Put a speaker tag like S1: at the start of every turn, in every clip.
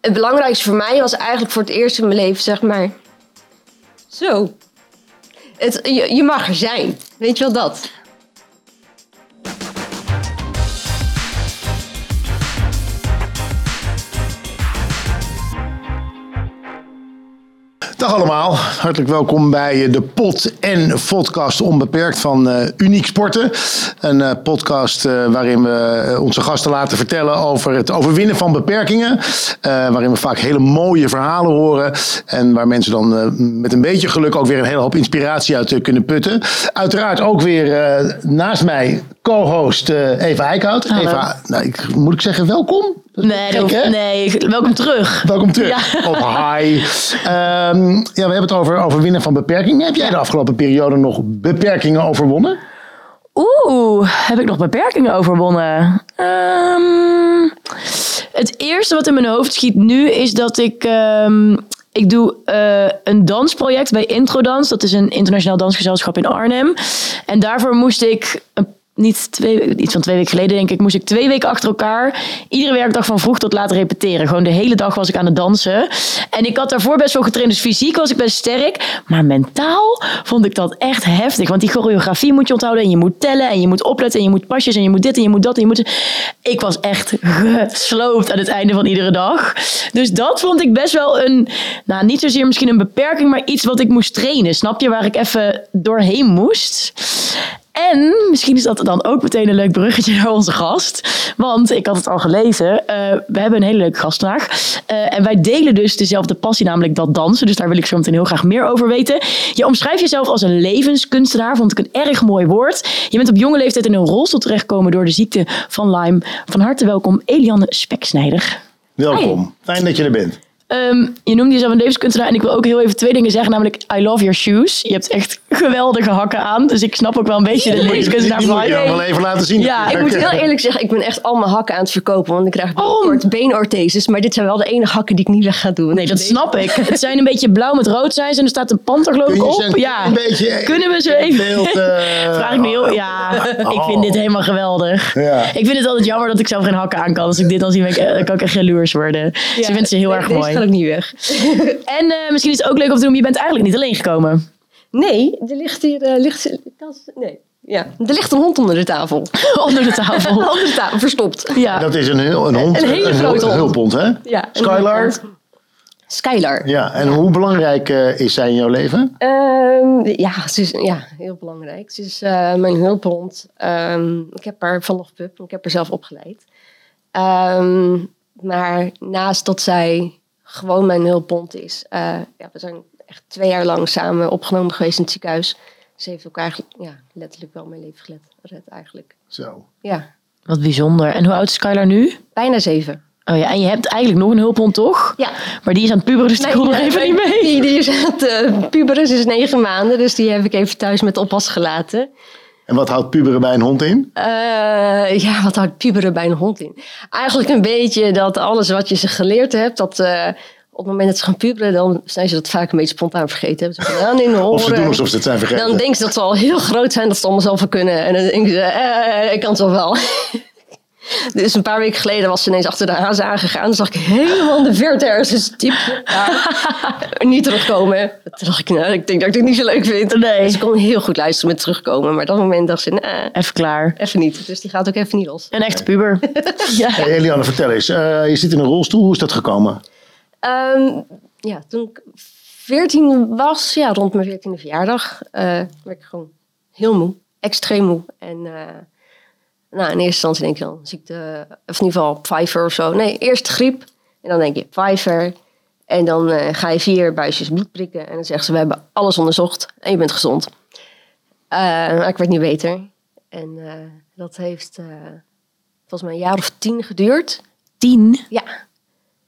S1: het belangrijkste voor mij was eigenlijk voor het eerst in mijn leven, zeg maar. Zo. Het, je, je mag er zijn. Weet je wel dat?
S2: Dag allemaal, hartelijk welkom bij eh, de Pot en Podcast Onbeperkt van eh, Uniek Sporten. Een eh, podcast eh, waarin we eh, onze gasten laten vertellen over het overwinnen van beperkingen. Eh, waarin we vaak hele mooie verhalen horen. En waar mensen dan eh, met een beetje geluk ook weer een hele hoop inspiratie uit eh, kunnen putten. Uiteraard ook weer eh, naast mij co-host eh, Eva Eickhout.
S3: Hallo.
S2: Eva, nou, ik, moet ik zeggen welkom? Dat is
S3: Nee,
S2: gek,
S3: dat hoeft-
S2: hè?
S3: nee, ik- welkom terug.
S2: Welkom terug
S3: Ja.
S2: op Hi. Ehm, ja, we hebben het over overwinnen van beperkingen. Heb jij de afgelopen periode nog beperkingen overwonnen?
S3: Oeh, heb ik nog beperkingen overwonnen? Ehm, het eerste wat in mijn hoofd schiet nu is dat ik... ehm, ik doe eh, een dansproject bij Introdans. Dat is een internationaal dansgezelschap in Arnhem. En daarvoor moest ik... een- niet twee, iets van twee weken geleden, denk ik, moest ik twee weken achter elkaar iedere werkdag van vroeg tot laat repeteren. Gewoon de hele dag was ik aan het dansen. En ik had daarvoor best wel getraind, dus fysiek was ik best sterk. Maar mentaal vond ik dat echt heftig. Want die choreografie moet je onthouden en je moet tellen en je moet opletten en je moet pasjes en je moet dit en je moet dat en je moet... Ik was echt gesloopt aan het einde van iedere dag. Dus dat vond ik best wel een, nou niet zozeer misschien een beperking, maar iets wat ik moest trainen. Snap je, waar ik even doorheen moest. En misschien is dat dan ook meteen een leuk bruggetje naar onze gast. Want ik had het al gelezen. eh, we hebben een hele leuke gast vandaag. Eh, en wij delen dus dezelfde passie, namelijk dat dansen. Dus daar wil ik zo meteen heel graag meer over weten. Je omschrijft jezelf als een levenskunstenaar. Vond ik een erg mooi woord. Je bent op jonge leeftijd in een rolstoel terechtgekomen door de ziekte van Lyme. Van harte welkom, Eliane Speksnijder.
S2: Welkom. Oh. Fijn dat je er bent.
S3: Ehm, je noemde jezelf een levenskunstenaar en ik wil ook heel even twee dingen zeggen, namelijk I love your shoes. Je hebt echt geweldige hakken aan, dus ik snap ook wel een beetje de
S2: Die,
S3: levenskunstenaar
S2: die moet je
S3: vibe.
S2: dan wel even laten zien.
S3: Ja,
S1: Ik moet heel eerlijk zeggen, ik ben echt al mijn hakken aan het verkopen. Want ik krijg binnenkort beenortheses. Maar dit zijn wel de enige hakken die ik niet weg ga doen.
S3: Nee, dat snap ik. Het zijn een beetje blauw met rood zijn ze en er staat een panter geloof
S2: Kun
S3: ik
S2: je
S3: op.
S2: ze
S3: Ja.
S2: een beetje
S3: Kunnen we ze
S2: in
S3: even...
S2: beeld, eh, Oh.
S3: Vraag ik me heel... Ja, ik vind dit helemaal geweldig.
S2: Ja.
S3: Ik vind het altijd jammer dat ik zelf geen hakken aan kan. Als ik dit dan zie, ben ik, eh, dan kan ik echt jaloers worden. Ze dus ik vind ze heel
S1: Nee,
S3: erg
S1: deze
S3: mooi.
S1: gaat ook niet weg.
S3: En eh, misschien is het ook leuk om te doen, je bent eigenlijk niet alleen gekomen.
S1: Nee, er ligt hier... eh, ligt, kan ze- nee. Ja. Oh. Er ligt een hond onder de tafel.
S3: Onder de
S1: Een
S3: tafel.
S1: onder de tafel, verstopt.
S3: Ja.
S2: Dat is een, heel- een hond.
S1: Een hele
S2: hul-
S1: grote hond.
S2: hulphond, hè?
S1: Ja, een
S2: Skylar.
S1: hond. Skylar.
S2: Ja, en hoe belangrijk eh, is zij in jouw leven?
S1: Ehm, ja, ze is ja, heel belangrijk. Ze is eh, mijn hulphond. Ehm, ik heb haar vanaf pup, ik heb haar zelf opgeleid. Ehm, maar naast dat zij gewoon mijn hulphond is, eh, ja, we zijn echt twee jaar lang samen opgenomen geweest in het ziekenhuis. Ze heeft elkaar eigenlijk, ja, letterlijk wel mijn leven gered, gered eigenlijk.
S2: Zo.
S1: Ja,
S3: Wat bijzonder. En hoe oud is Skylar nu?
S1: bijna zeven.
S3: Oh ja, en je hebt eigenlijk nog een hulphond, toch?
S1: Ja.
S3: Maar die is aan het puberen, dus die komt nog
S1: nee,
S3: even
S1: nee,
S3: niet mee.
S1: Die, die is aan het eh, puberen, ze is negen maanden, dus die heb ik even thuis met oppas gelaten.
S2: En wat houdt puberen bij een hond in?
S1: Eh, ja, wat houdt puberen bij een hond in? Eigenlijk een beetje dat alles wat je ze geleerd hebt, dat eh, op het moment dat ze gaan puberen, dan zijn ze dat vaak een beetje spontaan vergeten. Hebben ze gedaan in de
S2: Of ze
S1: oren.
S2: doen alsof ze het zijn vergeten.
S1: Dan denken ze dat ze al heel groot zijn, dat ze het allemaal zelf wel kunnen. En dan denken ze, eh, ik kan het wel wel. Dus een paar weken geleden was ze ineens achter de hazen aangegaan. Dan zag ik helemaal in de verte ergens een stipje. daar. niet terugkomen. Toen dacht ik, nou, ik denk dat ik dit niet zo leuk vind.
S3: Nee.
S1: Ze kon heel goed luisteren met terugkomen. Maar op dat moment dacht ze, nou, nee,
S3: Even klaar.
S1: Even niet. Dus die gaat ook even niet los.
S3: Een echte puber. ja.
S2: Hey, Eliane, vertel eens. eh, je zit in een rolstoel. Hoe is dat gekomen?
S1: Ehm, ja, toen ik 14 was, ja, rond mijn 14e verjaardag, eh, werd ik gewoon heel moe. Extreem moe. En eh, nou, in eerste instantie denk je dan ziekte, of in ieder geval Pfeiffer of zo. Nee, eerst griep. En dan denk je Pfeiffer. En dan eh, ga je vier buisjes bloed prikken. En dan zeggen ze, we hebben alles onderzocht en je bent gezond. Eh, maar ik werd niet beter. En eh, dat heeft eh, volgens mij een jaar of tien geduurd.
S3: Tien.
S1: Ja,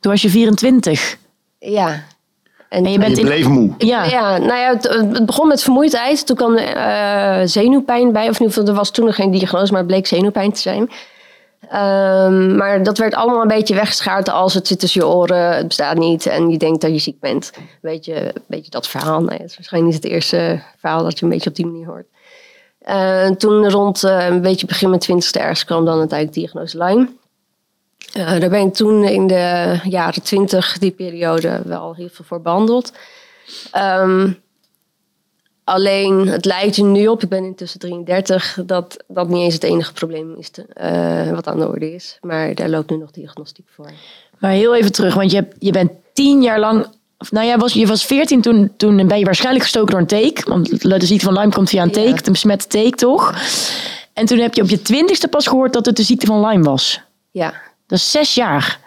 S3: Toen was je 24.
S1: ja.
S3: En je bent
S2: je
S3: in...
S2: bleef moe.
S3: Ja.
S1: Ja, nou ja, het, het begon met vermoeidheid. Toen kwam eh zenuwpijn bij. Of in ieder geval, er was toen nog geen diagnose, maar het bleek zenuwpijn te zijn. Ehm, maar dat werd allemaal een beetje weggeschaard als het zit tussen je oren, het bestaat niet en je denkt dat je ziek bent. Beetje, beetje dat verhaal. Nee, het is waarschijnlijk niet het eerste verhaal dat je een beetje op die manier hoort. Eh, toen rond eh, een beetje begin mijn twintigste ergens kwam dan uiteindelijk diagnose Lyme. Eh, daar ben ik toen in de jaren twintig, die periode, wel heel veel voor behandeld. Ehm, alleen, het lijkt er nu op, ik ben intussen 33, dat dat niet eens het enige probleem is te- eh, wat aan de orde is. Maar daar loopt nu nog diagnostiek voor.
S3: Maar heel even terug, want je, hebt- je bent tien jaar lang... of Nou, jij was, je was veertien toen, toen ben je waarschijnlijk gestoken door een teek. Want de ziekte van Lyme komt via een
S1: Ja.
S3: teek, een besmette teek toch? En toen heb je op je twintigste pas gehoord dat het de ziekte van Lyme was.
S1: Ja,
S3: Dat is zes jaar.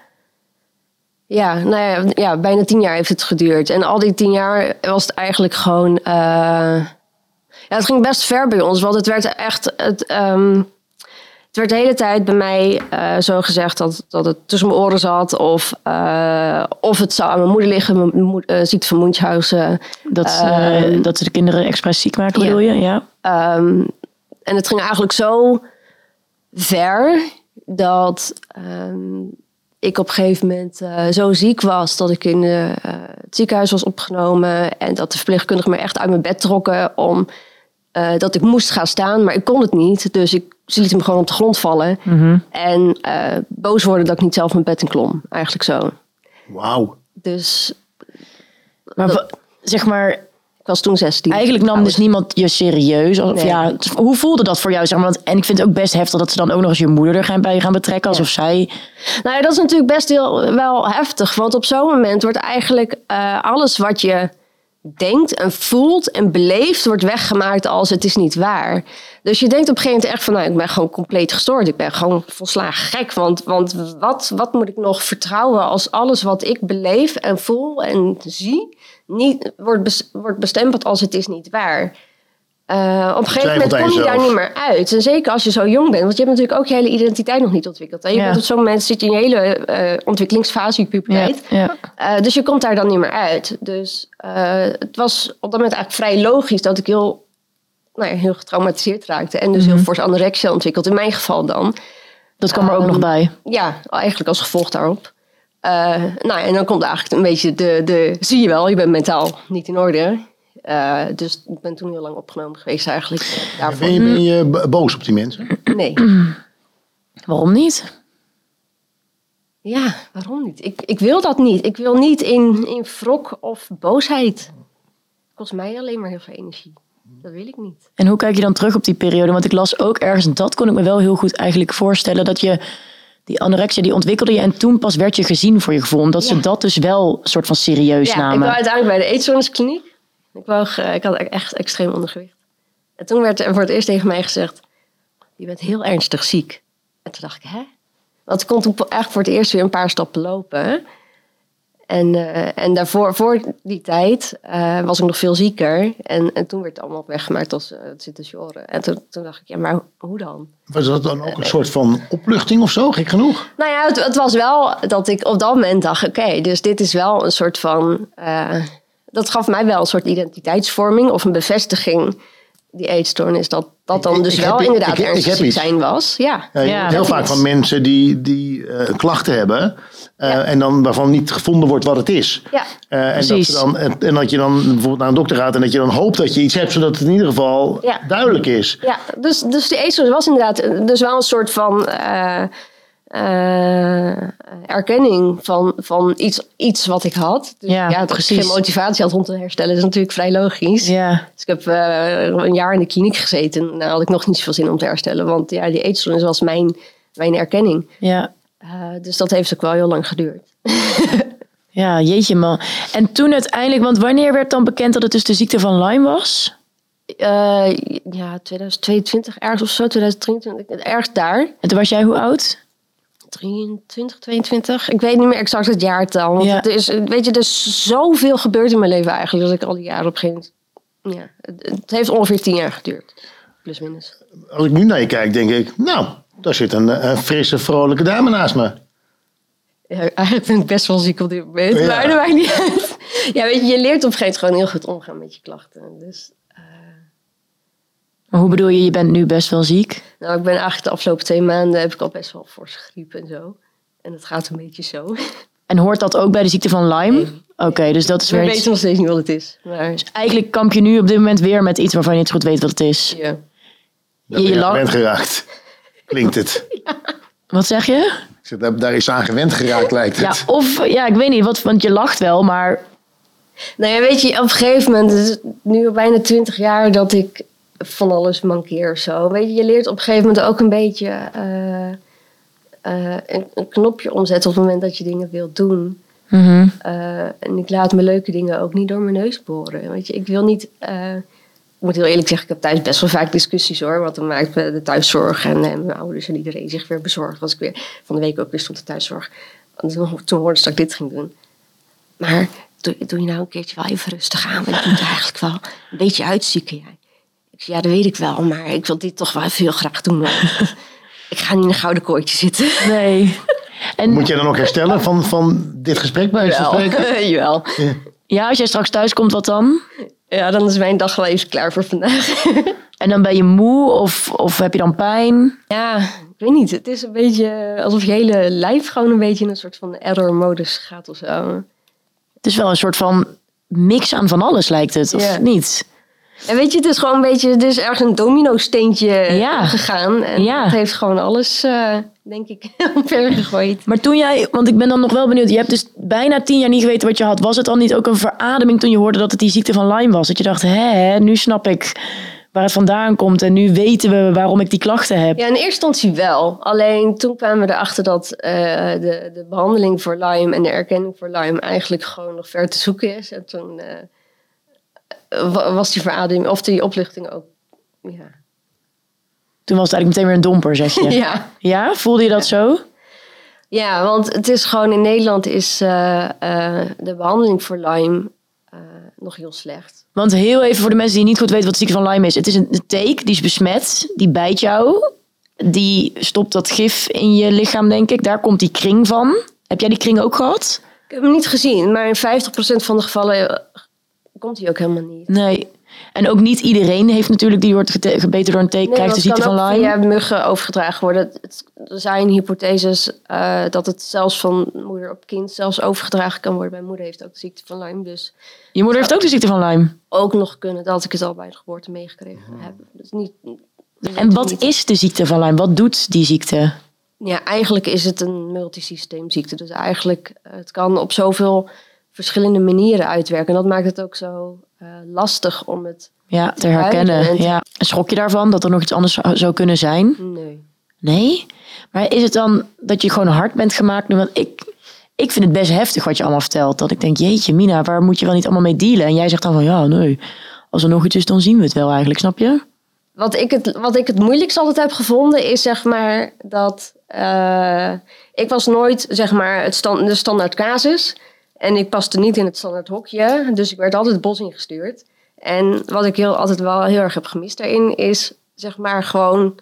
S1: ja, nou ja, ja, bijna tien jaar heeft het geduurd. En al die tien jaar was het eigenlijk gewoon... eh, Ja, het ging best ver bij ons, want het werd echt... Het, ehm, het werd de hele tijd bij mij eh, zo gezegd dat, dat het tussen mijn oren zat. Of, eh, of het zou aan mijn moeder liggen, mijn moed- eh, ziekte van Munchausen.
S3: Dat, eh, dat ze de kinderen expres ziek maken,
S1: ja.
S3: bedoel je? Ja.
S1: Ehm, en het ging eigenlijk zo ver dat ehm, ik op een gegeven moment eh, zo ziek was dat ik in eh, eh, het ziekenhuis was opgenomen en dat de verpleegkundigen me echt uit mijn bed trokken om eh, dat ik moest gaan staan, maar ik kon het niet. Dus ik ze liet hem gewoon op de grond vallen en eh, boos worden dat ik niet zelf mijn bed in klom, eigenlijk zo.
S2: Wauw.
S1: Dus
S3: Maar
S1: Dat-
S3: wa- zeg maar,
S1: ik was toen 16.
S3: eigenlijk nam dus niemand je serieus. Of,
S1: Nee.
S3: ja, t- hoe voelde dat voor jou? Zeg maar? Want, en ik vind het ook best heftig dat ze dan ook nog eens je moeder er gaan, bij gaan betrekken. Alsof zij...
S1: Nou ja, dat is natuurlijk best heel, wel heftig. Want op zo'n moment wordt eigenlijk eh, alles wat je denkt en voelt en beleeft... wordt weggemaakt als het is niet waar. Dus je denkt op een gegeven moment echt van... nou, ik ben gewoon compleet gestoord. Ik ben gewoon volslagen gek. Want, want wat, wat moet ik nog vertrouwen als alles wat ik beleef en voel en zie... Niet, wordt, bes- wordt bestempeld als het is niet waar. Eh, op een gegeven
S2: Twijfelt
S1: moment
S2: aan
S1: kom je daar
S2: jezelf.
S1: niet meer uit. En zeker als je zo jong bent. Want je hebt natuurlijk ook je hele identiteit nog niet ontwikkeld. En je
S3: Ja.
S1: bent op zo'n moment zit je in je hele eh, ontwikkelingsfase, je
S3: Ja,
S1: puberteit.
S3: ja.
S1: Eh, dus je komt daar dan niet meer uit. Dus eh, het was op dat moment eigenlijk vrij logisch dat ik heel, nou ja, heel getraumatiseerd raakte. En dus
S3: Mhm.
S1: heel fors anorexia ontwikkeld, in mijn geval dan.
S3: Dat kwam er ook
S1: Ehm,
S3: nog bij.
S1: Ja, eigenlijk als gevolg daarop. Eh, nou, en dan komt eigenlijk een beetje de, de... Zie je wel, je bent mentaal niet in orde. Eh, dus ik ben toen heel lang opgenomen geweest eigenlijk. eh,
S2: Ben
S1: Daarvoor.
S2: je, ben je b- boos op die mensen?
S1: Nee.
S3: Waarom niet?
S1: Ja, waarom niet? Ik, ik wil dat niet. Ik wil niet in, in wrok of boosheid. Kost mij alleen maar heel veel energie. Dat wil ik niet.
S3: En hoe kijk je dan terug op die periode? Want ik las ook ergens, dat kon ik me wel heel goed eigenlijk voorstellen, dat je die anorexia, die ontwikkelde je en toen pas werd je gezien voor je gevoel. Omdat ze
S1: Ja.
S3: dat dus wel soort van serieus
S1: Ja, ik
S3: namen.
S1: wou uiteindelijk bij de eetstoorniskliniek. Ik, wou, ge- ik had echt extreem ondergewicht. En toen werd er voor het eerst tegen mij gezegd... Je bent heel ernstig ziek. En toen dacht ik, hè? Want ik kon toen po- echt voor het eerst weer een paar stappen lopen. En, eh, en daarvoor, voor die tijd, eh, was ik nog veel zieker. En, en toen werd het allemaal weggemaakt als eh, het zit tussen je oren. En toen, toen dacht ik, ja, maar hoe dan?
S2: Was dat dan ook een soort van opluchting of zo? Gek genoeg.
S1: Nou ja, het, het was wel dat ik op dat moment dacht: oké, dus dit is wel een soort van. eh, dat gaf mij wel een soort identiteitsvorming of een bevestiging. Die eetstoornis, dat dat dan
S2: Ik-
S1: dus
S2: ik
S1: wel
S2: heb- ik-
S1: inderdaad
S2: ik- ik
S1: ernstig
S2: heb
S1: ziek
S2: iets.
S1: zijn was. Ja.
S2: Ja, je
S3: Ja,
S2: hoort heel
S3: dat
S2: vaak
S3: is-
S2: van mensen die, die eh, klachten hebben eh, en dan waarvan niet gevonden wordt wat het is.
S1: Ja.
S2: Eh, en, dat
S3: Precies.
S2: ze dan, en, en dat je dan bijvoorbeeld naar een dokter gaat en dat je dan hoopt dat je iets hebt, zodat het in ieder geval
S1: Ja.
S2: duidelijk is.
S1: ja, dus, dus die eetstoornis was inderdaad eh, dus wel een soort van. eh, eh, erkenning van, van iets, iets wat ik had. Dus
S3: Ja,
S1: ja, dat ik
S3: precies.
S1: geen motivatie had om te herstellen, is natuurlijk vrij logisch.
S3: Ja,
S1: Dus ik heb eh, een jaar in de kliniek gezeten. Nou had ik nog niet zoveel zin om te herstellen. Want ja, die eetstoornis was mijn, mijn erkenning.
S3: ja.
S1: Eh, dus dat heeft ook wel heel lang geduurd.
S3: Ja, jeetje man. En toen uiteindelijk, want wanneer werd dan bekend dat het dus de ziekte van Lyme was?
S1: Eh, ja, 2022 ergens of zo, 2023. Ergens daar.
S3: En toen was jij hoe oud?
S1: 23, 22. Ik weet niet meer exact het jaartal. Want
S3: Ja.
S1: het is, weet je, er is zoveel gebeurd in mijn leven eigenlijk. Dat ik al die jaren op een gegeven moment... Ja, het, het heeft ongeveer 10 jaar geduurd. Plus minus.
S2: Als ik nu naar je kijk, denk ik, nou, daar zit een, eh, een frisse, vrolijke dame naast me.
S1: Ja, eigenlijk ben ik best wel ziek op dit moment,
S2: Ja.
S1: maar dat maakt niet uit. Ja, weet je, je leert op een gegeven moment gewoon heel goed omgaan met je klachten. Dus,
S3: Maar hoe bedoel je, je bent nu best wel ziek?
S1: nou, ik ben eigenlijk de afgelopen twee maanden heb ik al best wel fors griep en zo. En het gaat een beetje zo.
S3: En hoort dat ook bij de ziekte van Lyme? Oké, dus dat is
S1: We
S3: weer
S1: weten
S3: iets...
S1: nog steeds niet wat het is. Maar
S3: Eigenlijk kamp je nu op dit moment weer met iets waarvan je niet zo goed weet wat het is.
S1: ja.
S2: Dat
S3: Je
S2: je
S3: lach-
S2: bent geraakt. Klinkt het.
S3: Wat zeg je?
S2: zeg, daar, daar is ze aan gewend geraakt, lijkt
S3: Ja,
S2: het.
S3: of ja, ik weet niet, wat, want je lacht wel, maar
S1: Nou ja, weet je, op een gegeven moment, het is nu al bijna twintig jaar dat ik van alles mankeer of zo. Weet je, je leert op een gegeven moment ook een beetje eh, eh, een, een knopje omzetten op het moment dat je dingen wilt doen.
S3: Mhm.
S1: Eh, en ik laat mijn leuke dingen ook niet door mijn neus boren. Weet je, ik wil niet. eh, ik moet heel eerlijk zeggen, ik heb thuis best wel vaak discussies hoor. Want dan maakt eh, de thuiszorg en, eh, mijn ouders en iedereen zich weer bezorgd. Was ik weer van de week ook weer stond de thuiszorg. Want toen, toen hoorden ze dat ik dit ging doen. Maar doe, doe je nou een keertje wel even rustig aan. Want ik moet eigenlijk wel een beetje uitzieken. Jij. Ik zei, ja, dat weet ik wel. Maar ik wil dit toch wel even heel graag doen. hoor. ik ga niet in een gouden kooitje zitten.
S3: nee. En,
S2: Moet jij dan ook herstellen van, van dit gesprek bij je
S1: Jawel.
S2: spreken?
S1: Jawel.
S3: ja, als jij straks thuis komt, wat dan?
S1: Ja, dan is mijn dag wel even klaar voor vandaag.
S3: En dan ben je moe of, of heb je dan pijn?
S1: Ja, ik weet niet. Het is een beetje alsof je hele lijf gewoon een beetje in een soort van error-modus gaat of zo.
S3: Het is wel een soort van mix aan van alles lijkt het, of
S1: Ja.
S3: niet?
S1: En weet je, het is gewoon een beetje, er is ergens een domino-steentje
S3: Ja.
S1: gegaan. En
S3: Ja.
S1: dat heeft gewoon alles, eh, denk ik, omver gegooid.
S3: Maar toen jij, want ik ben dan nog wel benieuwd, je hebt dus bijna tien jaar niet geweten wat je had. Was het dan niet ook een verademing toen je hoorde dat het die ziekte van Lyme was? Dat je dacht, hè, nu snap ik waar het vandaan komt en nu weten we waarom ik die klachten heb.
S1: Ja, in eerste instantie wel. Alleen toen kwamen we erachter dat eh, de, de behandeling voor Lyme en de erkenning voor Lyme eigenlijk gewoon nog ver te zoeken is. En toen eh, wa- was die verademing, of die opluchting ook. Ja.
S3: Toen was het eigenlijk meteen weer een domper, zeg je.
S1: ja.
S3: Ja, voelde je dat zo?
S1: Ja, want het is gewoon in Nederland is eh, eh, de behandeling voor Lyme eh, nog heel slecht.
S3: Want heel even voor de mensen die niet goed weten wat de ziekte van Lyme is. Het is een een teek, die is besmet, die bijt jou. Die stopt dat gif in je lichaam, denk ik. Daar komt die kring van. Heb jij die kring ook gehad?
S1: Ik heb hem niet gezien, maar in 50% van de gevallen eh, komt hij ook helemaal niet.
S3: Nee. En ook niet iedereen heeft natuurlijk, die wordt gete- gebeten door een teek,
S1: Nee,
S3: krijgt de
S1: want het
S3: ziekte van
S1: kan ook
S3: Lyme.
S1: via muggen overgedragen worden. Het- het- Er zijn hypotheses eh, dat het zelfs van moeder op kind zelfs overgedragen kan worden. Mijn moeder heeft ook de ziekte van Lyme, dus
S3: Je moeder heeft ook de ziekte van Lyme.
S1: ook nog kunnen dat ik het al bij de geboorte meegekregen heb. Dus niet, dus
S3: Mhm. En wat
S1: niet-
S3: is de ziekte van Lyme? Wat doet die ziekte?
S1: Ja, eigenlijk is het een multisysteemziekte. Dus eigenlijk, eh, het kan op zoveel verschillende manieren uitwerken. En dat maakt het ook zo eh, lastig om het...
S3: Ja, te
S1: Huilen.
S3: herkennen. Ja. En Schrok je daarvan dat er nog iets anders zou- zou kunnen zijn?
S1: Nee.
S3: Nee? Maar is het dan dat je gewoon hard bent gemaakt nu? Want ik, ik vind het best heftig wat je allemaal vertelt. Dat ik denk, jeetje Mina, waar moet je wel niet allemaal mee dealen? En jij zegt dan van, ja, nee. Als er nog iets is, dan zien we het wel eigenlijk, snap je?
S1: Wat ik het, wat ik het moeilijkst altijd heb gevonden is zeg maar dat... eh, ik was nooit zeg maar het stan- de standaard casus. En ik paste niet in het standaard hokje. Dus ik werd altijd het bos ingestuurd. En wat ik heel, altijd wel heel erg heb gemist daarin is zeg maar gewoon...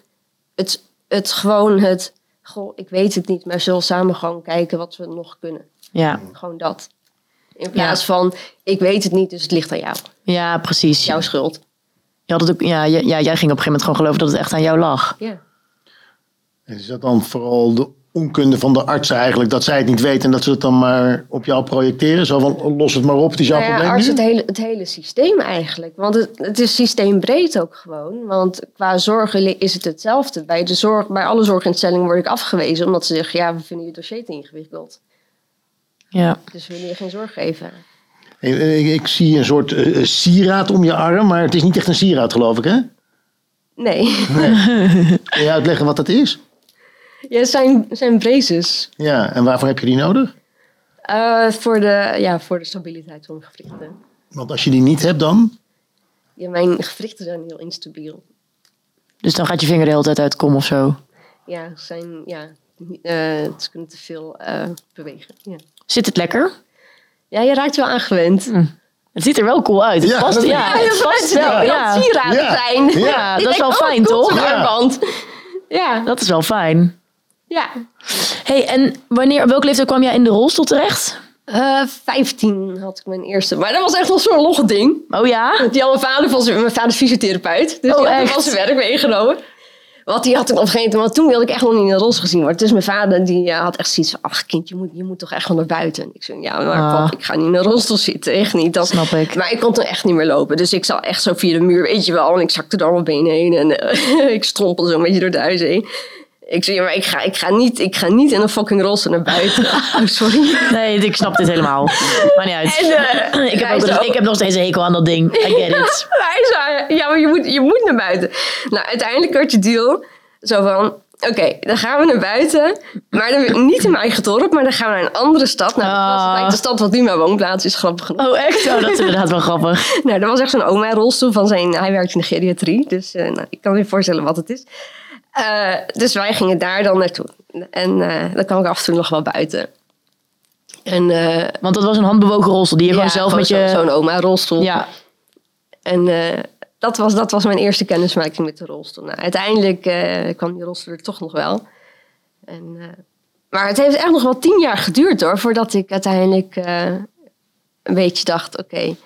S1: het, het gewoon het, goh, ik weet het niet, maar zullen samen gewoon kijken wat we nog kunnen.
S3: Ja,
S1: Gewoon dat. In plaats van, ik weet het niet, dus het ligt aan jou.
S3: ja precies.
S1: Jouw schuld.
S3: Je had het ook, ja, ja, ja, jij ging op een gegeven moment gewoon geloven dat het echt aan jou lag.
S1: Ja.
S2: En Is dat dan vooral de onkunde van de artsen eigenlijk, dat zij het niet weten en dat ze het dan maar op jou projecteren? Zo van, los het maar op, het is jouw
S1: Nou ja,
S2: probleem
S1: arts
S2: nu?
S1: het hele, het hele systeem eigenlijk. Want het, het is systeembreed ook gewoon. Want qua zorgen li- is het hetzelfde. Bij, de zorg, bij alle zorginstellingen word ik afgewezen omdat ze zeggen, ja, we vinden je dossier te ingewikkeld.
S3: Ja.
S1: Dus we willen je geen zorg geven.
S2: Ik, ik- ik zie een soort eh, eh, sieraad om je arm, maar het is niet echt een sieraad geloof ik hè?
S1: Nee,
S2: Kun je uitleggen wat dat is?
S1: ja, het zijn, het zijn braces
S2: Ja, en waarvoor heb je die nodig?
S1: Eh, voor, de, ja, voor de stabiliteit van mijn gewrichten.
S2: Want als je die niet hebt dan?
S1: Ja, mijn gewrichten zijn heel instabiel.
S3: Dus dan gaat je vinger de hele tijd uitkomen of zo.
S1: Ja, ze zijn, ja, eh, ze kunnen te veel eh, bewegen. Ja.
S3: Zit het lekker?
S1: ja, je raakt wel aangewend.
S3: Het ziet er wel cool uit. Het
S2: Ja,
S3: past,
S2: dat-
S3: ja,
S1: Ja,
S3: het past wel. Ja.
S1: sieraden
S2: Ja.
S1: zijn.
S2: Ja,
S1: Die
S3: dat is wel
S1: denkt,
S3: fijn,
S1: oh,
S3: toch?
S1: Komt een
S2: Ja.
S1: armband. Ja,
S3: Dat is wel fijn.
S1: ja.
S3: hey, en wanneer, op welke leeftijd kwam jij in de rolstoel terecht?
S1: Eh, 15 had ik mijn eerste. Maar dat was echt wel zo'n log ding.
S3: Oh ja?
S1: Want die had mijn vader, was, mijn vader is fysiotherapeut. Dus
S3: Oh,
S1: die had hem
S3: echt?
S1: al zijn werk meegenomen. Want die had ik op geen want toen wilde ik echt nog niet in de rols gezien worden. Dus mijn vader die eh, had echt zoiets van, ach kind, je moet, je moet toch echt wel naar buiten. Ik zei, ja, maar
S3: Ah.
S1: pap, ik ga niet in de rolstoel zitten, echt niet. Dat
S3: Snap ik.
S1: Maar ik kon toen echt niet meer lopen. Dus ik zat echt zo via de muur, weet je wel. En ik zakte door mijn benen heen en eh, ik strompelde zo een beetje door de huis heen. Ik zeg, ja, maar ik ga, ik, ga niet, ik ga niet in een fucking rolse naar buiten. Oh, sorry.
S3: Nee, ik snap dit helemaal. Maar niet uit.
S1: En, eh,
S3: ik,
S1: hij
S3: heb ook nog,
S1: zo-
S3: ik heb nog steeds een hekel aan dat ding. I get it.
S1: Hij zei, ja, maar je moet, je moet naar buiten. Nou, uiteindelijk werd je deal zo van... Oké, dan gaan we naar buiten. Maar dan, niet in mijn eigen dorp, maar dan gaan we naar een andere stad. Nou, dat was
S3: Ah.
S1: uiteindelijk de stad wat nu mijn woonplaats is, grappig genoeg.
S3: Oh, echt? Oh, dat is inderdaad wel grappig.
S1: Nou, er was echt zo'n oma in rolstoel van zijn... Hij werkt in de geriatrie, dus eh, nou, ik kan me voorstellen wat het is. Eh, dus wij gingen daar dan naartoe. En eh, dan kwam ik af en toe nog wel buiten. En eh,
S3: Want dat was een handbewogen rolsel die je
S1: ja,
S3: gewoon zelf met
S1: zo-
S3: je...
S1: Zo'n oma in rolstoel.
S3: ja.
S1: En eh, dat, was, dat was mijn eerste kennismaking met de rolstoel. Nou, uiteindelijk eh, kwam die rolstoel er toch nog wel. En, eh, maar het heeft echt nog wel tien jaar geduurd hoor, voordat ik uiteindelijk eh, een beetje dacht, oké,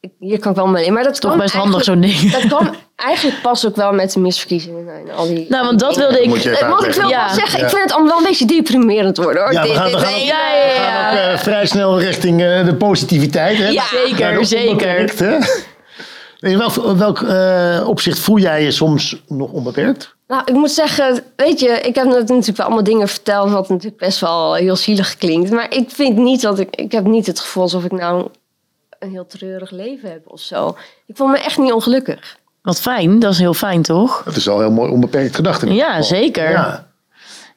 S1: ik- hier kan ik wel mee in. Maar dat
S3: Toch
S1: kwam
S3: best handig
S1: Oh, eigenlijk-
S3: zo'n ding.
S1: Dat kwam eigenlijk pas ook wel met de misverkiezingen. en al die,
S3: Nou, want dat wilde
S2: Moet je
S3: ik...
S2: even
S1: Eh, Wat ik
S2: uitleggen.
S1: wil
S3: Ja.
S1: wel zeggen,
S2: Ja.
S1: ik vind het allemaal wel een beetje deprimerend worden hoor.
S2: Ja, we
S1: Dit-
S2: gaan- we
S1: dit
S2: gaan ook-
S1: hele-
S3: Ja, ja, ja.
S2: Ook, eh, vrij snel richting eh, de positiviteit. Hè?
S1: Ja,
S3: Zeker,
S2: Naar de
S3: zeker.
S2: onbeperkt, hè? In welk, welk eh, opzicht voel jij je soms nog onbeperkt?
S1: Nou, ik moet zeggen, weet je, ik heb net natuurlijk wel allemaal dingen verteld wat natuurlijk best wel heel zielig klinkt. Maar ik vind niet dat ik, ik heb niet het gevoel alsof ik nou een heel treurig leven heb of zo. Ik voel me echt niet ongelukkig.
S3: Wat fijn, dat is heel fijn, toch?
S2: Dat is al heel mooi onbeperkt gedachten.
S3: Ja, zeker.
S2: Ja.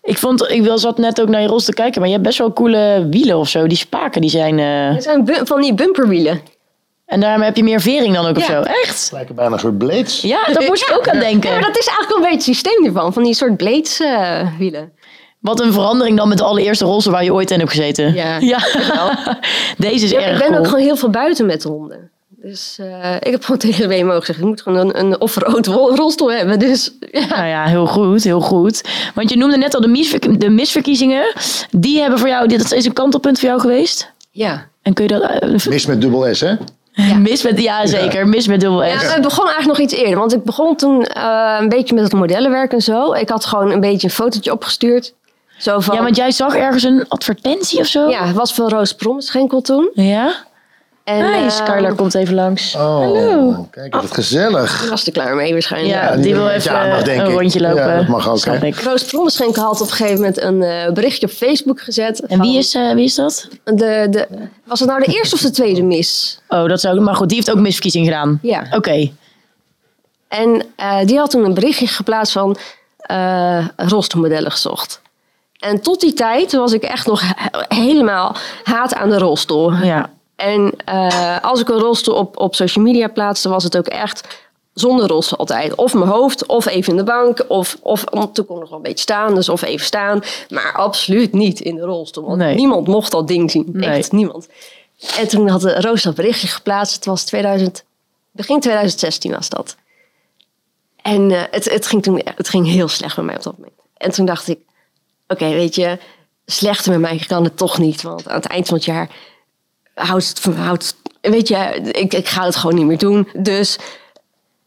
S3: Ik, vond, ik wel- zat net ook naar je rolsel te kijken, maar je hebt best wel coole wielen of zo. Die spaken, die zijn... eh,
S1: Er zijn bu- van die bumperwielen.
S3: En daarmee heb je meer vering dan ook of
S1: Ja.
S3: zo. Echt?
S2: Het lijken bijna een soort blades.
S3: Ja, daar moest ik ook aan
S1: Ja, maar
S3: denken.
S1: dat is eigenlijk wel een beetje het systeem ervan, van die soort blades eh, wielen.
S3: Wat een verandering dan met de allereerste rolsen waar je ooit in hebt gezeten.
S1: Ja.
S3: Deze is
S1: Ja,
S3: erg
S1: ik ben
S3: cool.
S1: ook gewoon heel veel buiten met de honden. Dus eh, ik heb gewoon tegen de WMO gezegd, ik moet gewoon een, een off-road rol- rolstoel hebben. Dus ja.
S3: Nou ja, heel goed, heel goed. Want je noemde net al de, misver- de misverkiezingen. Die hebben voor jou, dit dat is een kantelpunt voor jou geweest.
S1: ja.
S3: En kun je dat... eh,
S2: Mis met dubbel S, hè? Oh,
S3: Mis met, ja zeker, mis met dubbel S.
S1: Ja, het begon eigenlijk nog iets eerder. Want ik begon toen eh, een beetje met het modellenwerk en zo. Ik had gewoon een beetje een fotootje opgestuurd. Zo van,
S3: Ja,
S1: ja,
S3: want jij zag ergens een advertentie of zo?
S1: het was van Roos Prommeschenkel toen.
S3: Ja?
S1: En
S3: nice,
S1: eh,
S3: Carla komt even langs.
S2: Oh,
S3: Hallo.
S2: kijk, wat gezellig.
S1: die was er klaar mee waarschijnlijk.
S3: Ja,
S2: eh, Ja, die
S3: die
S2: wil
S3: wil
S2: een beetje
S3: even
S2: aandacht, denk
S3: een
S2: ik.
S3: rondje
S2: Ja,
S3: lopen.
S2: dat mag ook,
S3: Snap
S2: hè.
S3: ik.
S1: Roos Prommeschenkel had op een gegeven moment een eh, berichtje op Facebook gezet.
S3: En wie is, eh, wie is dat?
S1: De, de, was het nou de eerste of de tweede mis?
S3: Oh, dat zou... Maar goed, die heeft ook misverkiezing gedaan.
S1: Ja.
S3: Oké.
S1: En eh, die had toen een berichtje geplaatst van eh rolstoelmodellen gezocht. En tot die tijd was ik echt nog he- helemaal haat aan de rolstoel.
S3: Ja.
S1: En eh, als ik een rolstoel op, op social media plaatste, was het ook echt zonder rolstoel altijd. Of mijn hoofd, of even in de bank, of, of want toen kon ik nog wel een beetje staan, dus of even staan. Maar absoluut niet in de rolstoel, want
S3: Nee.
S1: niemand mocht dat ding zien.
S3: Nee.
S1: Echt niemand. En toen had de Roos dat berichtje geplaatst. Het was 2000, begin 2016 was dat. En eh, het, het, ging toen, het ging heel slecht met mij op dat moment. En toen dacht ik, oké, weet je, slechter met mij kan het toch niet. Want aan het eind van het jaar houdt het, houdt, weet je, ik, ik ga het gewoon niet meer doen. Dus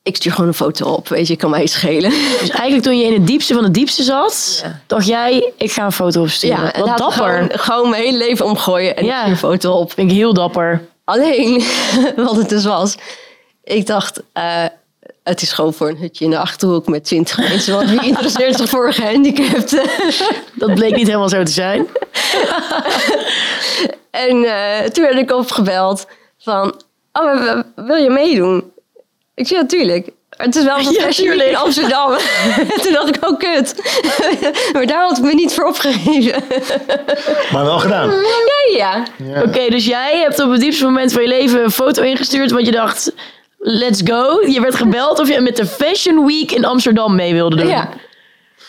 S1: ik stuur gewoon een foto op, weet je, kan mij iets schelen.
S3: Dus eigenlijk toen je in het diepste van het diepste zat,
S1: Ja.
S3: dacht jij, ik ga een foto opsturen.
S1: en
S3: Wat
S1: laat ik
S3: dapper.
S1: Gewoon, gewoon mijn hele leven omgooien en ik
S3: Ja.
S1: stuur een foto op.
S3: Vind ik heel dapper.
S1: Alleen, wat het dus was, ik dacht, eh, het is gewoon voor een hutje in de Achterhoek met 20 mensen. Want wie interesseert zich voor gehandicapten?
S3: Dat bleek niet helemaal zo te zijn.
S1: En eh, toen werd ik opgebeld van, oh, maar w- wil je meedoen? Ik zei, natuurlijk. Het is wel van
S3: Ja,
S1: Fashion Week in
S3: tuurlijk.
S1: Amsterdam. toen dacht ik, oh kut. maar daar had ik me niet voor opgegeven.
S2: Maar wel gedaan.
S1: ja, ja.
S2: Ja.
S3: Oké, dus jij hebt op het diepste moment van je leven een foto ingestuurd, want je dacht, let's go. Je werd gebeld of je met de Fashion Week in Amsterdam mee wilde doen.
S1: Ja,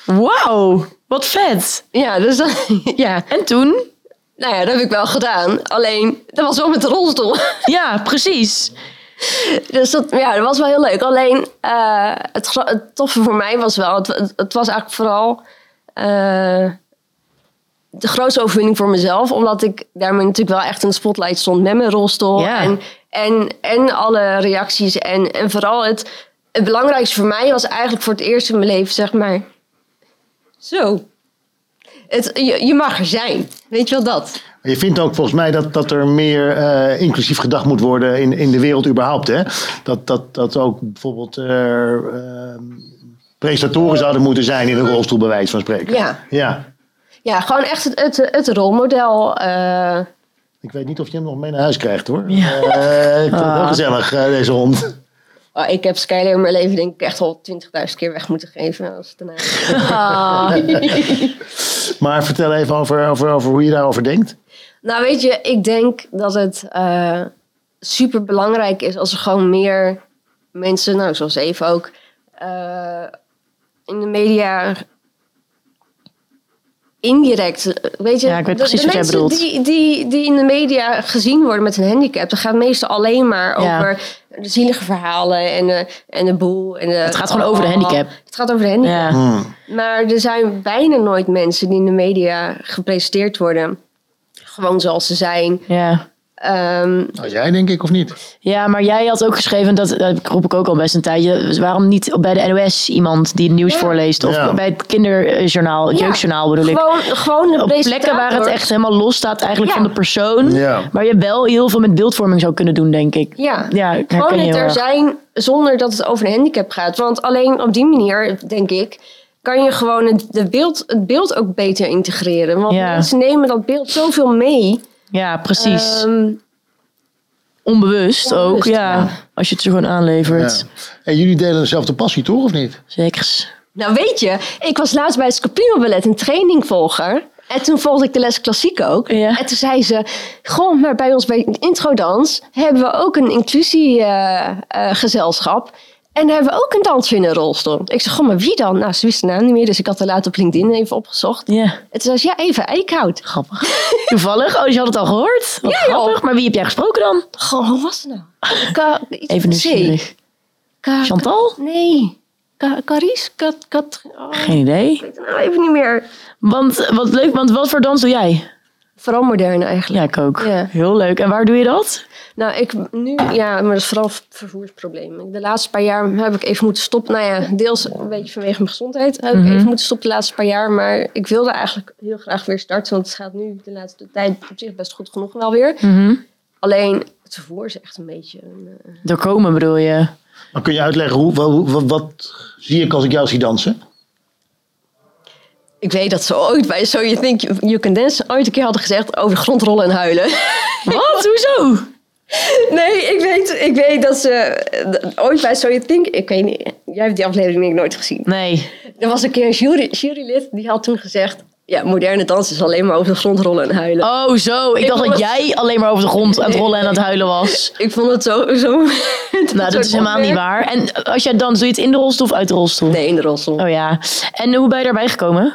S3: Wauw, wat vet.
S1: ja dus dat- ja.
S3: En toen?
S1: Nou ja, dat heb ik wel gedaan. Alleen, dat was wel met de rolstoel.
S3: Ja, precies.
S1: Dus dat, ja, dat was wel heel leuk. Alleen eh, het, gro- het toffe voor mij was wel, het, het- het was eigenlijk vooral eh, de grootste overwinning voor mezelf. Omdat ik daarmee natuurlijk wel echt in de spotlight stond met mijn rolstoel.
S3: Ja.
S1: En, en, en alle reacties. En, en vooral het, het belangrijkste voor mij was eigenlijk voor het eerst in mijn leven, zeg maar. Zo. Het, je, je mag er zijn. Weet je wel dat?
S2: Je vindt ook volgens mij dat, dat er meer eh, inclusief gedacht moet worden in, in de wereld überhaupt. Hè? Dat, dat, dat ook bijvoorbeeld eh, eh, Prestatoren zouden moeten zijn in een rolstoel, bij wijze van spreken.
S1: Ja.
S2: ja.
S1: Ja, gewoon echt het, het, het rolmodel. eh,
S2: Ik weet niet of je hem nog mee naar huis krijgt hoor.
S3: Ja.
S2: Eh, ik vind het wel
S3: Ah.
S2: gezellig, eh, deze hond.
S1: oh, ik heb Skyler in mijn leven denk ik echt al 20.000 keer weg moeten geven. Als het daarna...
S3: Ah,
S2: Maar vertel even over, over, over hoe je daarover denkt.
S1: Nou, weet je, ik denk dat het super belangrijk is als er gewoon meer mensen, nou, zoals even ook, eh, in de media indirect. eh, Weet je,
S3: Ja, ik weet
S1: de,
S3: precies
S1: de
S3: wat jij
S1: mensen
S3: bedoelt.
S1: Die, die, die in de media gezien worden met een handicap, dat gaat meestal alleen maar
S3: Ja.
S1: over de zielige verhalen en de, en de boel. En de, het
S3: gaat gewoon over de handicap.
S1: Het gaat over de handicap.
S3: ja.
S2: Hmm.
S1: Maar er zijn bijna nooit mensen die in de media gepresenteerd worden. Gewoon zoals ze zijn.
S3: Ja.
S1: Ehm,
S2: Als jij denk ik of niet?
S3: ja, maar jij had ook geschreven, dat, dat roep ik ook al best een tijdje, dus waarom niet bij de NOS iemand die het nieuws
S1: Ja.
S3: voorleest? Of
S2: Ja.
S3: bij het kinderjournaal, het
S1: Ja.
S3: jeugdjournaal bedoel ik.
S1: gewoon, gewoon de
S3: Op plekken waar het
S1: presentator.
S3: echt helemaal los staat eigenlijk
S1: Ja.
S3: van de persoon.
S2: Ja.
S3: Waar je wel heel veel met beeldvorming zou kunnen doen, denk ik.
S1: Ja,
S3: Ja, ik herken
S1: gewoon
S3: je
S1: het
S3: heel
S1: er
S3: erg.
S1: zijn zonder dat het over een handicap gaat. Want alleen op die manier, denk ik, kan je gewoon het, de beeld, het beeld ook beter integreren. Want
S3: Ja.
S1: mensen nemen dat beeld zoveel mee.
S3: Ja, precies.
S1: Ehm,
S3: onbewust, ook,
S1: onbewust,
S3: ja.
S1: ja.
S3: Als je het er gewoon aanlevert.
S2: Ja. En jullie delen dezelfde passie, toch of niet?
S3: Zeker.
S1: nou weet je, ik was laatst bij het Scapino Ballet een trainingvolger. En toen volgde ik de les klassiek ook.
S3: Ja.
S1: En toen zei ze, goh, maar bij ons bij introdans hebben we ook een inclusiegezelschap. en hebben we ook een danser in een rolstoel. Ik zei, goh, maar wie dan? Nou, ze wist de naam niet meer, dus ik had haar later op LinkedIn even opgezocht.
S3: Ja,
S1: En toen zei ze, ja, even Eikhout.
S3: grappig. Toevallig. Oh, dus je had het al gehoord? Wat
S1: Ja, joh.
S3: grappig. Maar wie heb jij gesproken dan?
S1: Goh, hoe was het nou? Ka- iets
S3: Even
S1: met C.
S3: nieuwsgierig.
S1: Ka-
S3: Chantal?
S1: Nee. Ka- Carice? Kat, kat, oh, ik
S3: Geen idee.
S1: weet het nou even niet meer.
S3: Want eh, wat leuk, want wat voor dans doe jij?
S1: Vooral moderne eigenlijk.
S3: Ja, ik ook.
S1: Ja.
S3: Heel leuk. En waar doe je dat?
S1: Nou, ik nu, ja, maar dat is vooral een vervoersprobleem. De laatste paar jaar heb ik even moeten stoppen. Nou ja, deels een beetje vanwege mijn gezondheid heb ik even moeten stoppen de laatste paar jaar. Maar ik wilde eigenlijk heel graag weer starten, want het gaat nu de laatste tijd op zich best goed genoeg wel weer. Alleen het vervoer is echt een beetje. Een, eh,
S3: Door komen bedoel je?
S2: Maar kun je uitleggen, hoe, wat, wat, wat zie ik als ik jou zie dansen?
S1: ik weet dat ze ooit bij So You Think You Can Dance ooit een keer hadden gezegd over de grond rollen en huilen.
S3: Wat? Hoezo?
S1: Nee, ik weet, ik weet dat ze eh, ooit bij So You Think, ik weet niet, jij hebt die aflevering denk ik nooit gezien.
S3: Nee.
S1: Er was een keer een jury, jurylid die had toen gezegd... Ja, moderne dans is alleen maar over de grond rollen en huilen.
S3: Oh, zo. Ik,
S1: Ik
S3: dacht dat
S1: was-
S3: jij alleen maar over de grond aan het rollen en aan het huilen was.
S1: Ik vond het zo... zo
S3: Nou, dat is helemaal niet waar. En als jij danst, doe je het in de rolstoel of uit de rolstoel?
S1: Nee, in de rolstoel.
S3: Oh ja. En hoe ben je daarbij gekomen?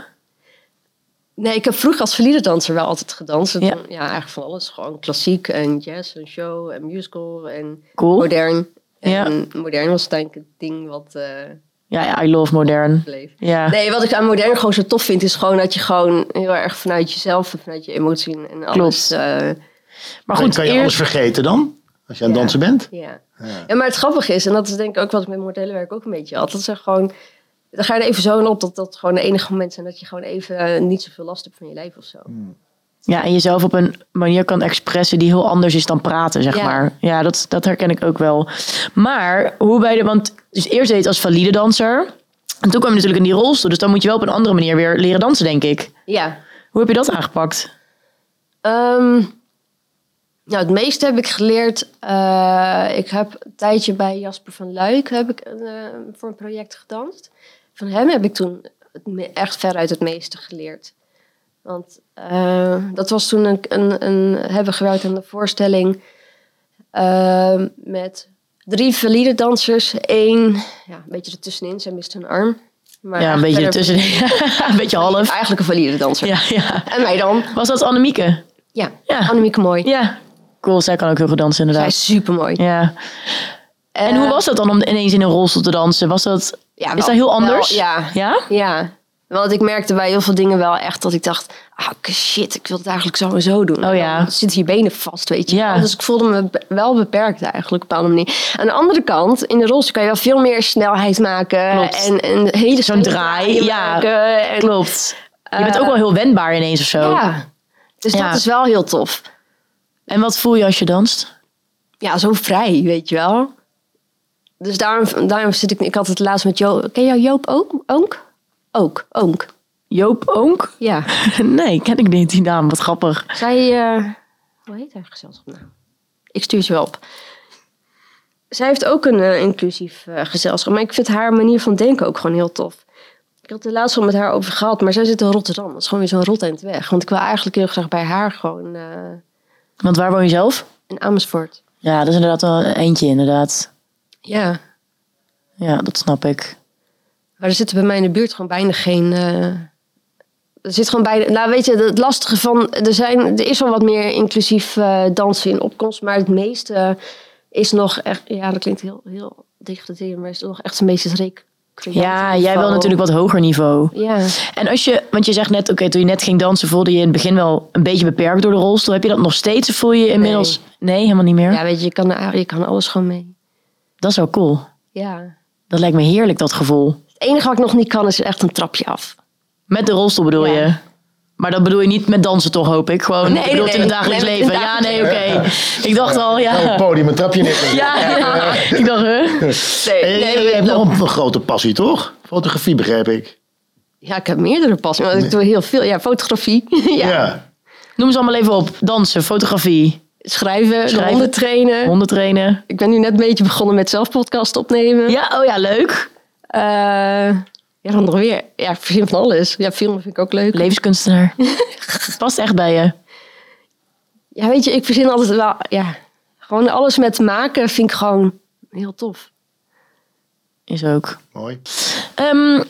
S1: Nee, ik heb vroeger als verliederdanser wel altijd gedanst. En
S3: Ja.
S1: toen- ja, eigenlijk van alles. Gewoon klassiek en jazz en show en musical en
S3: Cool.
S1: modern. En
S3: Ja.
S1: modern was denk ik het ding wat eh,
S3: Ja, ja, I love modern.
S1: bleef.
S3: Ja.
S1: Nee, wat ik aan modern gewoon zo tof vind... is gewoon dat je gewoon heel erg vanuit jezelf... en vanuit je emotie en- en alles... eh,
S3: Maar goed,
S2: kan je alles
S3: eerst...
S2: vergeten dan? Als je aan het
S1: Ja.
S2: dansen bent?
S1: Ja. ja, maar het grappige is, en dat is denk ik ook wat ik met modellenwerk ook een beetje had, dat ze gewoon, dan ga je er even zo in op dat dat gewoon de enige moment zijn dat je gewoon even eh, niet zoveel last hebt van je lijf of zo.
S3: Ja, en jezelf op een manier kan expressen die heel anders is dan praten, zeg
S1: Ja.
S3: maar. Ja, dat, dat herken ik ook wel. Maar hoe bij de... Want dus eerst deed je het als valide danser. En toen kwam je natuurlijk in die rolstoel. Dus dan moet je wel op een andere manier weer leren dansen, denk ik.
S1: Ja.
S3: Hoe heb je dat aangepakt?
S1: Ehm, nou, het meeste heb ik geleerd. eh, ik heb een tijdje bij Jasper van Luik heb ik, een, eh, voor een project gedanst. Van hem heb ik toen het me- echt veruit het meeste geleerd. Want eh, dat was toen een, een, een hebben we gewerkt aan de voorstelling eh, met drie valide dansers. Eén, ja, een beetje ertussenin, zij miste een arm. Maar
S3: ja, een
S1: eigenlijk
S3: beetje
S1: verder-
S3: tussen... een beetje half.
S1: Eigenlijk een valide danser.
S3: Ja, ja.
S1: En mij dan.
S3: Was dat Annemieke?
S1: Ja,
S3: Ja.
S1: Annemieke Mooi.
S3: Ja. Cool, zij kan ook heel goed dansen
S1: Zij
S3: inderdaad.
S1: is Eh, super mooi.
S3: Ja. En hoe was dat dan om ineens in een rolstoel te dansen? Was dat...
S1: Ja,
S3: is
S1: wel-
S3: dat heel anders?
S1: wel, ja.
S3: Ja?
S1: Ja, want ik merkte bij heel veel dingen wel echt dat ik dacht... Ah, k- shit, ik wil het eigenlijk zo en zo doen.
S3: Oh ja.
S1: Dan zitten hier benen vast, weet je.
S3: Ja.
S1: wel. Dus ik voelde me be- wel beperkt eigenlijk, op een bepaalde manier. Aan de andere kant, in de rolstoel kan je wel veel meer snelheid maken.
S3: Klopt.
S1: En, en hele
S3: Zo'n
S1: snelle
S3: draai,
S1: draaien
S3: ja.
S1: maken. En,
S3: Klopt. Je bent ook wel heel wendbaar ineens of zo.
S1: Eh, Ja, dus
S3: Ja.
S1: dat is wel heel tof.
S3: En wat voel je als je danst?
S1: Ja, zo vrij, weet je wel. Dus daarom, daarom zit ik... Ik had het laatst met Joop... Ken jij Joop Oom- Oonk? Ook, Oonk.
S3: Joop Oonk?
S1: Ja.
S3: nee, ken ik niet die naam. Wat grappig.
S1: Zij... eh, hoe heet haar gezelschap nou? Ik stuur ze wel op. Zij heeft ook een eh, inclusief eh, gezelschap. Maar ik vind haar manier van denken ook gewoon heel tof. Ik had het er laatst al met haar over gehad. Maar zij zit in Rotterdam. Dat is gewoon weer zo'n rot eind weg. Want ik wil eigenlijk heel graag bij haar gewoon eh,
S3: Want waar woon je zelf?
S1: in Amersfoort.
S3: Ja, dat is inderdaad wel eentje inderdaad.
S1: Ja.
S3: Ja, dat snap ik.
S1: Maar er zitten bij mij in de buurt gewoon bijna geen. eh, er zit gewoon bijna. Nou, weet je, het lastige van. Er, zijn, er is wel wat meer inclusief eh, dansen in opkomst. Maar het meeste eh, is nog echt. Ja, dat klinkt heel, heel degraderend. Maar is nog echt het meeste reek.
S3: Ja, jij wil natuurlijk wat hoger niveau.
S1: Ja.
S3: En als je, want je zegt net, oké, toen je net ging dansen voelde je in het begin wel een beetje beperkt door de rolstoel. Heb je dat nog steeds? Of voel je je inmiddels? Nee, helemaal niet meer.
S1: ja, weet je, je kan, je kan alles gewoon mee.
S3: Dat is wel cool.
S1: Ja.
S3: Dat lijkt me heerlijk, dat gevoel.
S1: Het enige wat ik nog niet kan is echt een trapje af.
S3: Met de rolstoel bedoel
S1: Ja.
S3: je? Maar dat bedoel je niet met dansen toch, hoop ik? Gewoon,
S1: Nee,
S3: je bedoelt
S1: nee,
S3: in het
S1: nee.
S3: dagelijks
S1: Nee,
S3: leven.
S1: in het
S3: Ja, nee,
S1: dagelijks
S3: oké. Ik dacht al,
S2: Nou, Op
S3: ja.
S2: het podium een trapje neer.
S3: Ja, ik dacht, hè?
S2: En jij- jij hebt nog een, een grote passie, toch? Fotografie begrijp ik.
S1: Ja, ik heb meerdere passen. Maar ik doe heel veel. Ja, fotografie. ja.
S3: Noem ze allemaal even op. Dansen, fotografie,
S1: Schrijven,
S3: Schrijven.
S1: Schrijven, honden trainen.
S3: honden trainen.
S1: Ik ben nu net een beetje begonnen met zelf podcast opnemen.
S3: Ja, oh ja, leuk.
S1: Eh, ja, dan nog weer. Ja, ik verzin van alles. Ja, filmen vind ik ook leuk.
S3: Levenskunstenaar. Het past echt bij je.
S1: Ja, weet je, ik verzin altijd wel... Ja, gewoon alles met maken vind ik gewoon heel tof.
S3: Is ook.
S2: Mooi.
S3: Ehm,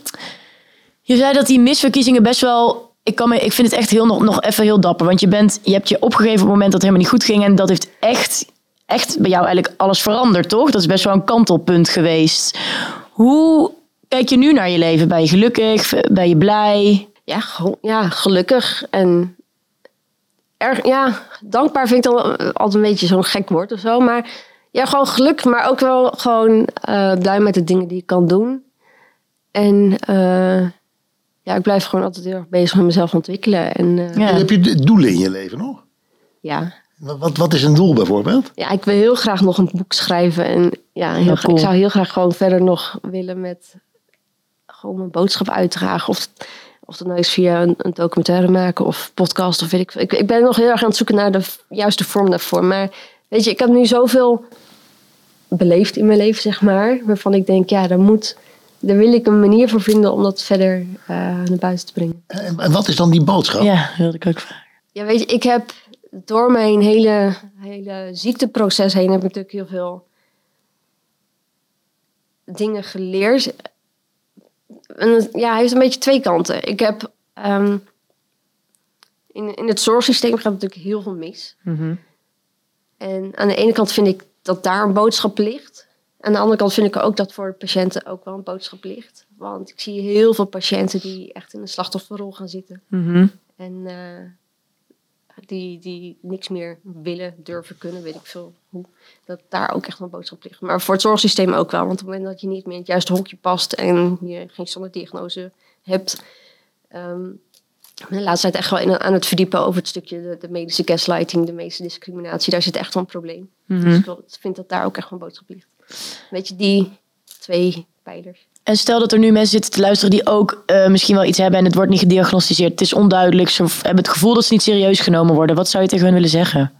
S3: je zei dat die misverkiezingen best wel. Ik, kan me, ik vind het echt heel, nog, nog even heel dapper. Want je, bent, je hebt je opgegeven op het moment dat het helemaal niet goed ging. En dat heeft echt, echt bij jou eigenlijk alles veranderd, toch? Dat is best wel een kantelpunt geweest. Hoe kijk je nu naar je leven? Ben je gelukkig? Ben je blij?
S1: Ja, gewoon, ja gelukkig. En erg, ja, dankbaar vind ik dan wel, eh, altijd een beetje zo'n gek woord of zo. Maar ja, gewoon gelukkig. Maar ook wel gewoon eh, blij met de dingen die ik kan doen. En eh, ja, ik blijf gewoon altijd heel erg bezig met mezelf ontwikkelen. En eh,
S3: Ja.
S2: Heb je d- doelen in je leven nog?
S1: ja,
S2: Wat, wat- wat is een doel bijvoorbeeld?
S1: Ja, ik wil heel graag nog een boek schrijven. En ja, heel
S3: Ja,
S1: graag-
S3: cool.
S1: ik zou heel graag gewoon verder nog willen met gewoon mijn boodschap uitdragen. Of, of dat nou is via een, een documentaire maken of podcast of weet ik, veel. ik. Ik ben nog heel erg aan het zoeken naar de v- juiste vorm daarvoor. Maar weet je, ik heb nu zoveel beleefd in mijn leven, zeg maar. Waarvan ik denk, ja, daar moet... Daar wil ik een manier voor vinden om dat verder eh, naar buiten te brengen.
S2: En, en wat is dan die boodschap?
S3: Ja, wilde ik ook vragen.
S1: Ja, weet je, ik heb door mijn hele, hele ziekteproces heen heb ik natuurlijk heel veel dingen geleerd. En het- ja, hij heeft een beetje twee kanten. Ik heb ehm, in, in het zorgsysteem gaat natuurlijk heel veel mis. En aan de ene kant vind ik dat daar een boodschap ligt. Aan de andere kant vind ik ook dat voor patiënten ook wel een boodschap ligt. Want ik zie heel veel patiënten die echt in een slachtofferrol gaan zitten. En eh, die, die niks meer willen, durven, kunnen, weet ik veel hoe. Dat daar ook echt wel een boodschap ligt. Maar voor het zorgsysteem ook wel. Want op het moment dat je niet meer in het juiste hokje past en je geen standaarddiagnose hebt. ehm, ik ben de laatste tijd echt wel in- aan het verdiepen over het stukje de, de medische gaslighting, de medische discriminatie. Daar zit echt wel een probleem. Dus ik wil- vind dat daar ook echt wel een boodschap ligt. Weet je, die twee pijlers.
S3: En stel dat er nu mensen zitten te luisteren die ook eh, misschien wel iets hebben en het wordt niet gediagnosticeerd. Het is onduidelijk. Ze hebben het gevoel dat ze niet serieus genomen worden. Wat zou je tegen hen willen zeggen?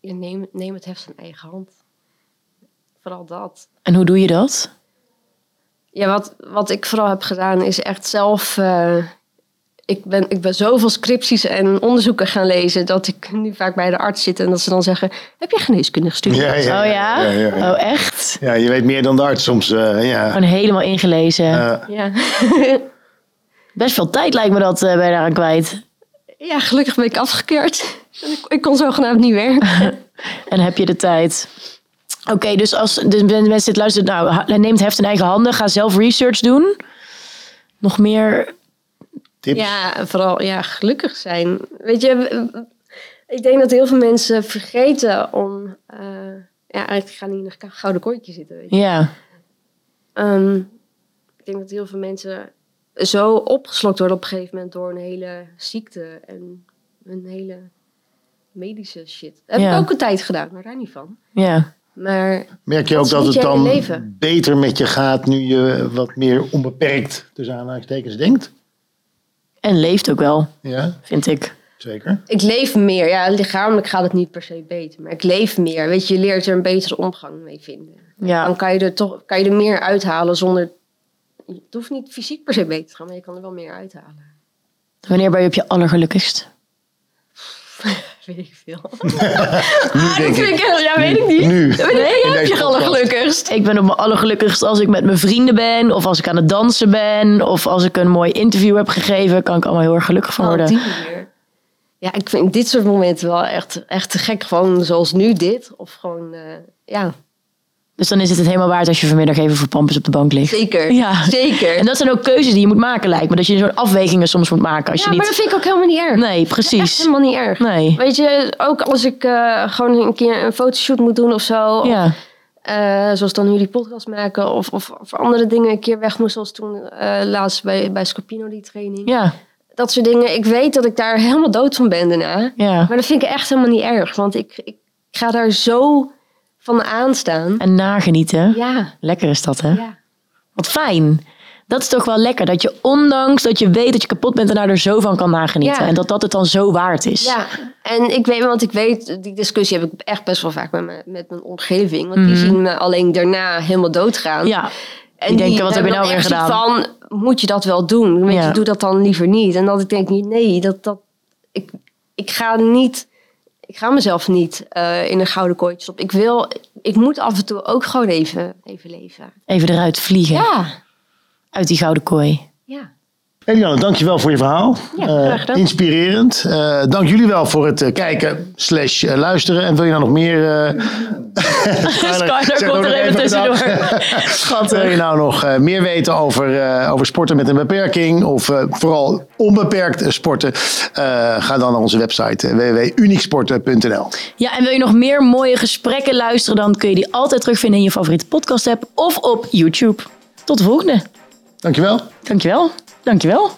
S1: Je neem, neem het heft in eigen hand. Vooral dat.
S3: En hoe doe je dat?
S1: Ja, wat, wat ik vooral heb gedaan is echt zelf. eh, ik, ben, ik ben zoveel scripties en onderzoeken gaan lezen dat ik nu vaak bij de arts zit en dat ze dan zeggen: Heb je geneeskunde gestudeerd?
S3: Oh ja?
S2: Ja, ja, ja.
S3: Oh echt?
S2: Ja, je weet meer dan de arts soms. eh, ja.
S3: Gewoon helemaal ingelezen.
S2: Eh,
S1: Ja.
S3: Best veel tijd lijkt me dat eh, ben je daaraan kwijt.
S1: ja, gelukkig ben ik afgekeurd. Ik, ik kon zogenaamd niet werken.
S3: En heb je de tijd. Oké, dus als dus mensen dit luisteren, nou, ha- neem het heft in eigen handen. Ga zelf research doen. Nog meer.
S2: tips?
S1: Ja, vooral ja, gelukkig zijn. Weet je, w- w- ik denk dat heel veel mensen vergeten om. eh, ja, eigenlijk gaan die in een gouden kooitje zitten. Weet je.
S3: Ja,
S1: Ehm, ik denk dat heel veel mensen zo opgeslokt worden op een gegeven moment door een hele ziekte en een hele medische shit. Dat heb
S3: Ja.
S1: ik ook een tijd gedaan, maar daar niet van.
S3: ja.
S1: Maar
S2: Merk je ook
S1: Wat
S2: dat
S1: zie
S2: het
S1: jij in
S2: dan
S1: leven?
S2: beter met je gaat nu je wat meer onbeperkt tussen aanhalingstekens denkt?
S3: En leeft ook wel,
S2: Ja,
S3: vind ik.
S2: zeker.
S1: ik leef meer. Ja, lichamelijk gaat het niet per se beter. Maar ik leef meer. Weet je, je leert er een betere omgang mee vinden.
S3: Ja,
S1: Dan kan je er toch kan je er meer uithalen zonder. Het hoeft niet fysiek per se beter te gaan, maar je kan er wel meer uithalen.
S3: wanneer ben je op je allergelukkigst?
S1: Weet ik veel.
S2: Nu denk ik.
S3: ja, weet Ah, ik niet.
S2: Nu.
S3: Nee,
S2: In deze
S3: allergelukkigst. Ik ben op mijn allergelukkigst als ik met mijn vrienden ben, of als ik aan het dansen ben, of als ik een mooi interview heb gegeven, kan ik allemaal heel erg gelukkig van
S1: Oh,
S3: worden.
S1: op die manier. Ja, ik vind dit soort momenten wel echt, echt te gek. Gewoon zoals nu dit. Of gewoon, eh, ja,
S3: Dus dan is het het helemaal waard als je vanmiddag even voor Pampus op de bank ligt.
S1: zeker.
S3: Ja.
S1: Zeker.
S3: En dat zijn ook keuzes die je moet maken, lijkt me. Dat je zo'n afwegingen soms moet maken als
S1: ja,
S3: je
S1: maar
S3: niet...
S1: dat vind ik ook helemaal niet erg.
S3: Nee,
S1: Echt
S3: precies.
S1: helemaal niet erg.
S3: Nee.
S1: Weet je, ook als ik eh, gewoon een keer een fotoshoot moet doen of zo. Of,
S3: Ja,
S1: eh, zoals dan jullie podcast maken. Of, of, of andere dingen een keer weg moest. Zoals toen eh, laatst bij, bij Scopino die training.
S3: ja,
S1: Dat soort dingen. Ik weet dat ik daar helemaal dood van ben daarna.
S3: ja.
S1: Maar dat vind ik echt helemaal niet erg. Want ik, ik ga daar zo van aanstaan.
S3: En nagenieten.
S1: Ja,
S3: Lekker is dat, hè?
S1: ja.
S3: Wat fijn. Dat is toch wel lekker. Dat je ondanks dat je weet dat je kapot bent en daar er zo van kan nagenieten.
S1: Ja.
S3: En dat dat het dan zo waard is.
S1: ja. En ik weet, want ik weet, die discussie heb ik echt best wel vaak met mijn, met mijn omgeving. Want die zien me alleen daarna helemaal doodgaan.
S3: Mhm. Ja.
S1: en
S3: die denken, wat heb je nou
S1: hebben
S3: weer
S1: dan echt zoiets Van, moet je dat wel doen? Weet
S3: Ja.
S1: je, doe dat dan liever niet. En dat ik denk, nee, dat, dat, ik, ik ga niet, ik ga mezelf niet eh, in een gouden kooitje stoppen. Ik wil, ik moet af en toe ook gewoon even, even leven.
S3: Even eruit vliegen.
S1: Ja,
S3: Uit die gouden kooi.
S1: ja.
S2: Eliane, dankjewel voor je verhaal.
S1: Ja,
S2: Eh,
S1: graag gedaan.
S2: inspirerend. Eh, dank jullie wel voor het eh, kijken slash eh, luisteren. En wil je nou nog meer... eh, Skylar
S3: Skylar
S2: zegt ook
S3: komt
S2: nog
S3: er even
S2: even bedankt.
S3: tussendoor. Schattig.
S2: Wil je nou nog eh, meer weten over, eh, over sporten met een beperking of eh, vooral onbeperkt eh, sporten? Eh, ga dan naar onze website eh, www.uniesporten.nl.
S3: Ja, en wil je nog meer mooie gesprekken luisteren, dan kun je die altijd terugvinden in je favoriete podcast app of op YouTube. Tot de volgende.
S2: Dankjewel.
S3: Dankjewel. Dankjewel.